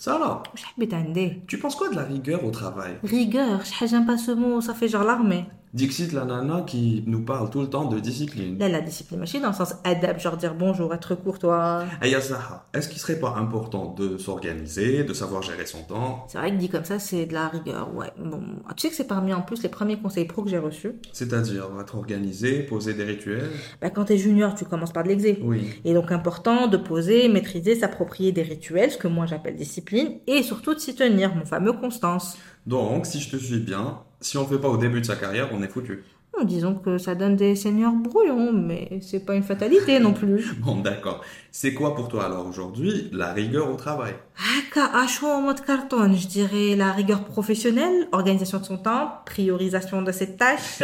Sarah, واش حبيت عندي tu penses quoi de la rigueur au travail rigueur شي حاجه با سو مو صافي جار لارمي Dixit, la nana qui nous parle tout le temps de discipline. لا لا ديسيبلين ماشي دون سونس اداب genre dire bonjour être court toi Aya Sarah, est-ce qu'il serait pas important de s'organiser, de savoir gérer son temps C'est vrai que dit comme ça, c'est de la rigueur, ouais. Bon, tu sais que c'est parmi en plus les premiers conseils pro que j'ai reçus. C'est-à-dire être organisé, poser des rituels Bah, quand t'es junior, tu commences par de l'exé. Oui. Et donc important de poser, maîtriser, s'approprier des rituels, ce que moi j'appelle discipline, et surtout de s'y tenir, mon fameux constance. Donc, si je te suis bien, si on ne fait pas au début de sa carrière, on est foutu. Bon, disons que ça donne des seniors brouillons, mais c'est pas une fatalité non plus. Bon, d'accord. C'est quoi pour toi alors aujourd'hui la rigueur au travail Haka, à chaud en mode carton, je dirais la rigueur professionnelle, organisation de son temps, priorisation de ses tâches.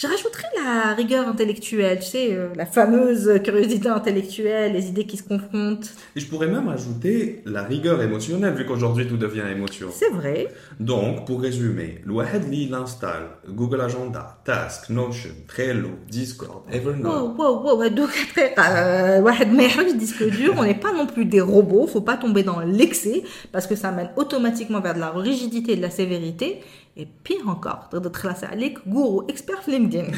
Je rajouterais la rigueur intellectuelle, tu sais, euh, la fameuse curiosité intellectuelle, les idées qui se confrontent. Et je pourrais même ajouter la rigueur émotionnelle, vu qu'aujourd'hui tout devient émotion. C'est vrai. Donc, pour résumer, l'ouahed li l'installe, Google Agenda, Task, Notion, Trello, Discord, Evernote. Wow, wow, wow, ouais, donc après, euh, واحد ما يحبش disque dur, on n'est pas non plus des robots, faut pas tomber dans l'excès, parce que ça mène automatiquement vers de la rigidité et de la sévérité, et pire encore, de de tracer avec gourou expert LinkedIn.